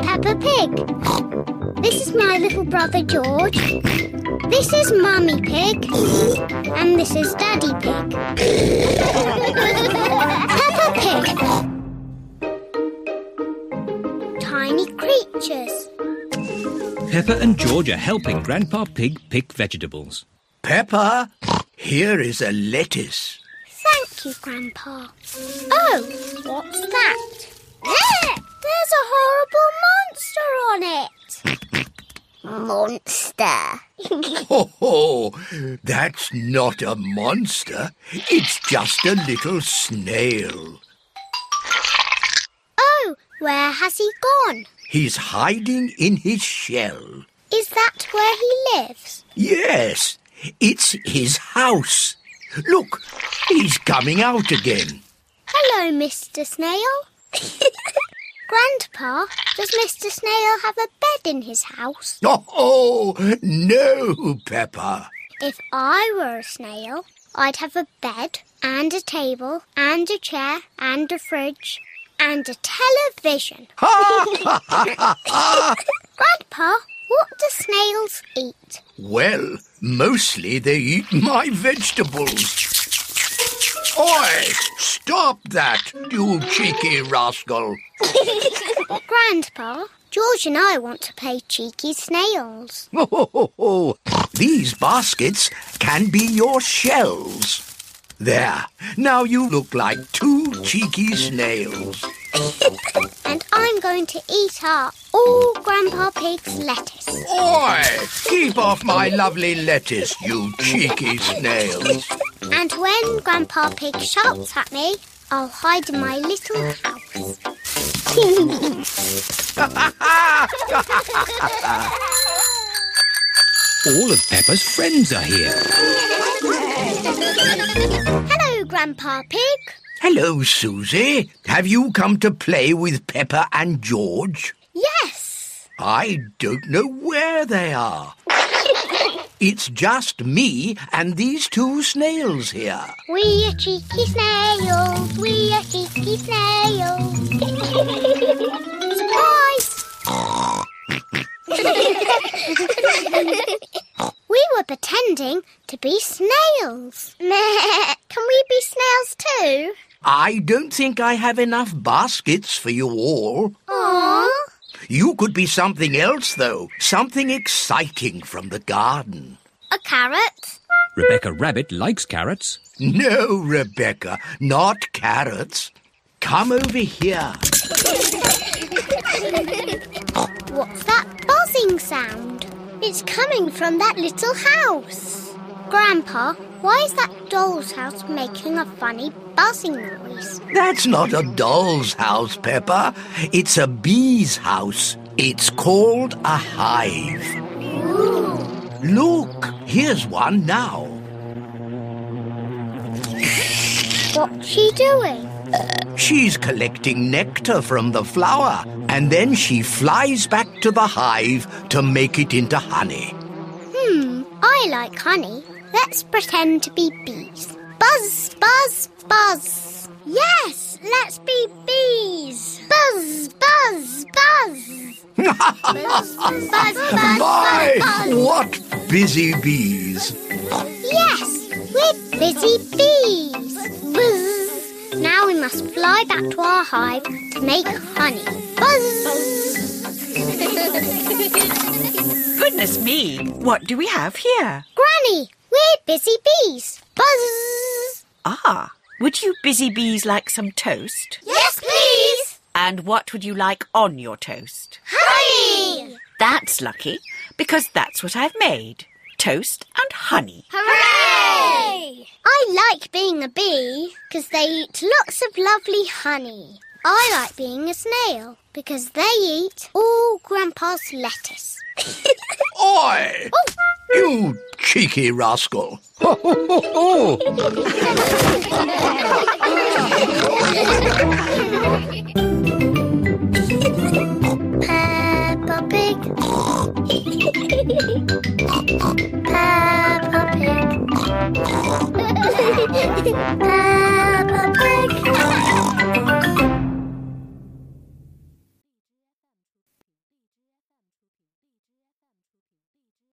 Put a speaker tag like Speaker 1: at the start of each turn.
Speaker 1: Pig. This is my little brother George. This is Mummy Pig. And this is Daddy Pig. Peppa Pig. Tiny creatures.
Speaker 2: Pepper and George are helping Grandpa Pig pick vegetables.
Speaker 3: Peppa, here is a lettuce.
Speaker 1: Thank you, Grandpa. Oh, what's that? There! There's a horrible monster on it. Monster.
Speaker 3: Ho ho! That's not a monster. It's just a little snail.
Speaker 1: oh, where has he gone?
Speaker 3: He's hiding in his shell.
Speaker 1: Is that where he lives?
Speaker 3: Yes, it's his house. Look, he's coming out again.
Speaker 1: Hello, Mr. Snail. Grandpa, does Mr. Snail have a bed in his house?
Speaker 3: Oh, no, Peppa.
Speaker 1: If I were a snail, I'd have a bed and a table and a chair and a fridge and a television. Grandpa, what do snails eat?
Speaker 3: Well, mostly they eat my vegetables. Oi! Stop that, you cheeky rascal.
Speaker 1: Grandpa, George and I want to play cheeky snails.
Speaker 3: Ho, ho, ho, ho. These baskets can be your shells. There, now you look like two cheeky snails.
Speaker 1: And I'm going to eat up all Grandpa Pig's lettuce.
Speaker 3: Oi! Keep off my lovely lettuce, you cheeky snails.
Speaker 1: And when Grandpa Pig shouts at me, I'll hide in my little house.
Speaker 2: All of Pepper's friends are here.
Speaker 1: Hello, Grandpa Pig.
Speaker 3: Hello, Susie. Have you come to play with Pepper and George?
Speaker 1: Yes.
Speaker 3: I don't know where they are. It's just me and these two snails here.
Speaker 1: We are cheeky snails. We are cheeky snails. Surprise! we were pretending to be snails. Can we be snails too?
Speaker 3: I don't think I have enough baskets for you all.
Speaker 1: Aww.
Speaker 3: You could be something else, though. Something exciting from the garden.
Speaker 1: A carrot?
Speaker 2: Rebecca Rabbit likes carrots.
Speaker 3: No, Rebecca, not carrots. Come over here.
Speaker 1: What's that buzzing sound? It's coming from that little house. Grandpa, why is that doll's house making a funny buzzing noise?
Speaker 3: That's not a doll's house, Peppa. It's a bee's house. It's called a hive. Look, here's one now.
Speaker 1: What's she doing?
Speaker 3: She's collecting nectar from the flower, and then she flies back to the hive to make it into honey.
Speaker 1: Hmm, I like honey. Let's pretend to be bees. Buzz, buzz, buzz. Yes, let's be bees. Buzz, buzz, buzz. buzz, buzz, buzz,
Speaker 3: My,
Speaker 1: buzz, buzz.
Speaker 3: what busy bees!
Speaker 1: Yes, we're busy bees. Buzz. Now we must fly back to our hive to make honey. Buzz.
Speaker 4: Goodness me, what do we have here?
Speaker 1: Granny, we're busy bees. Buzz.
Speaker 4: Ah, would you busy bees like some toast?
Speaker 1: Yes, please.
Speaker 4: And what would you like on your toast?
Speaker 1: Honey.
Speaker 4: That's lucky, because that's what I've made toast and honey.
Speaker 1: Hooray! I like being a bee because they eat lots of lovely honey. I like being a snail because they eat all Grandpa's lettuce.
Speaker 3: Oi! You cheeky rascal! Ho, ho, ho, ho.
Speaker 1: Peppa Pig. Peppa Pig. Peppa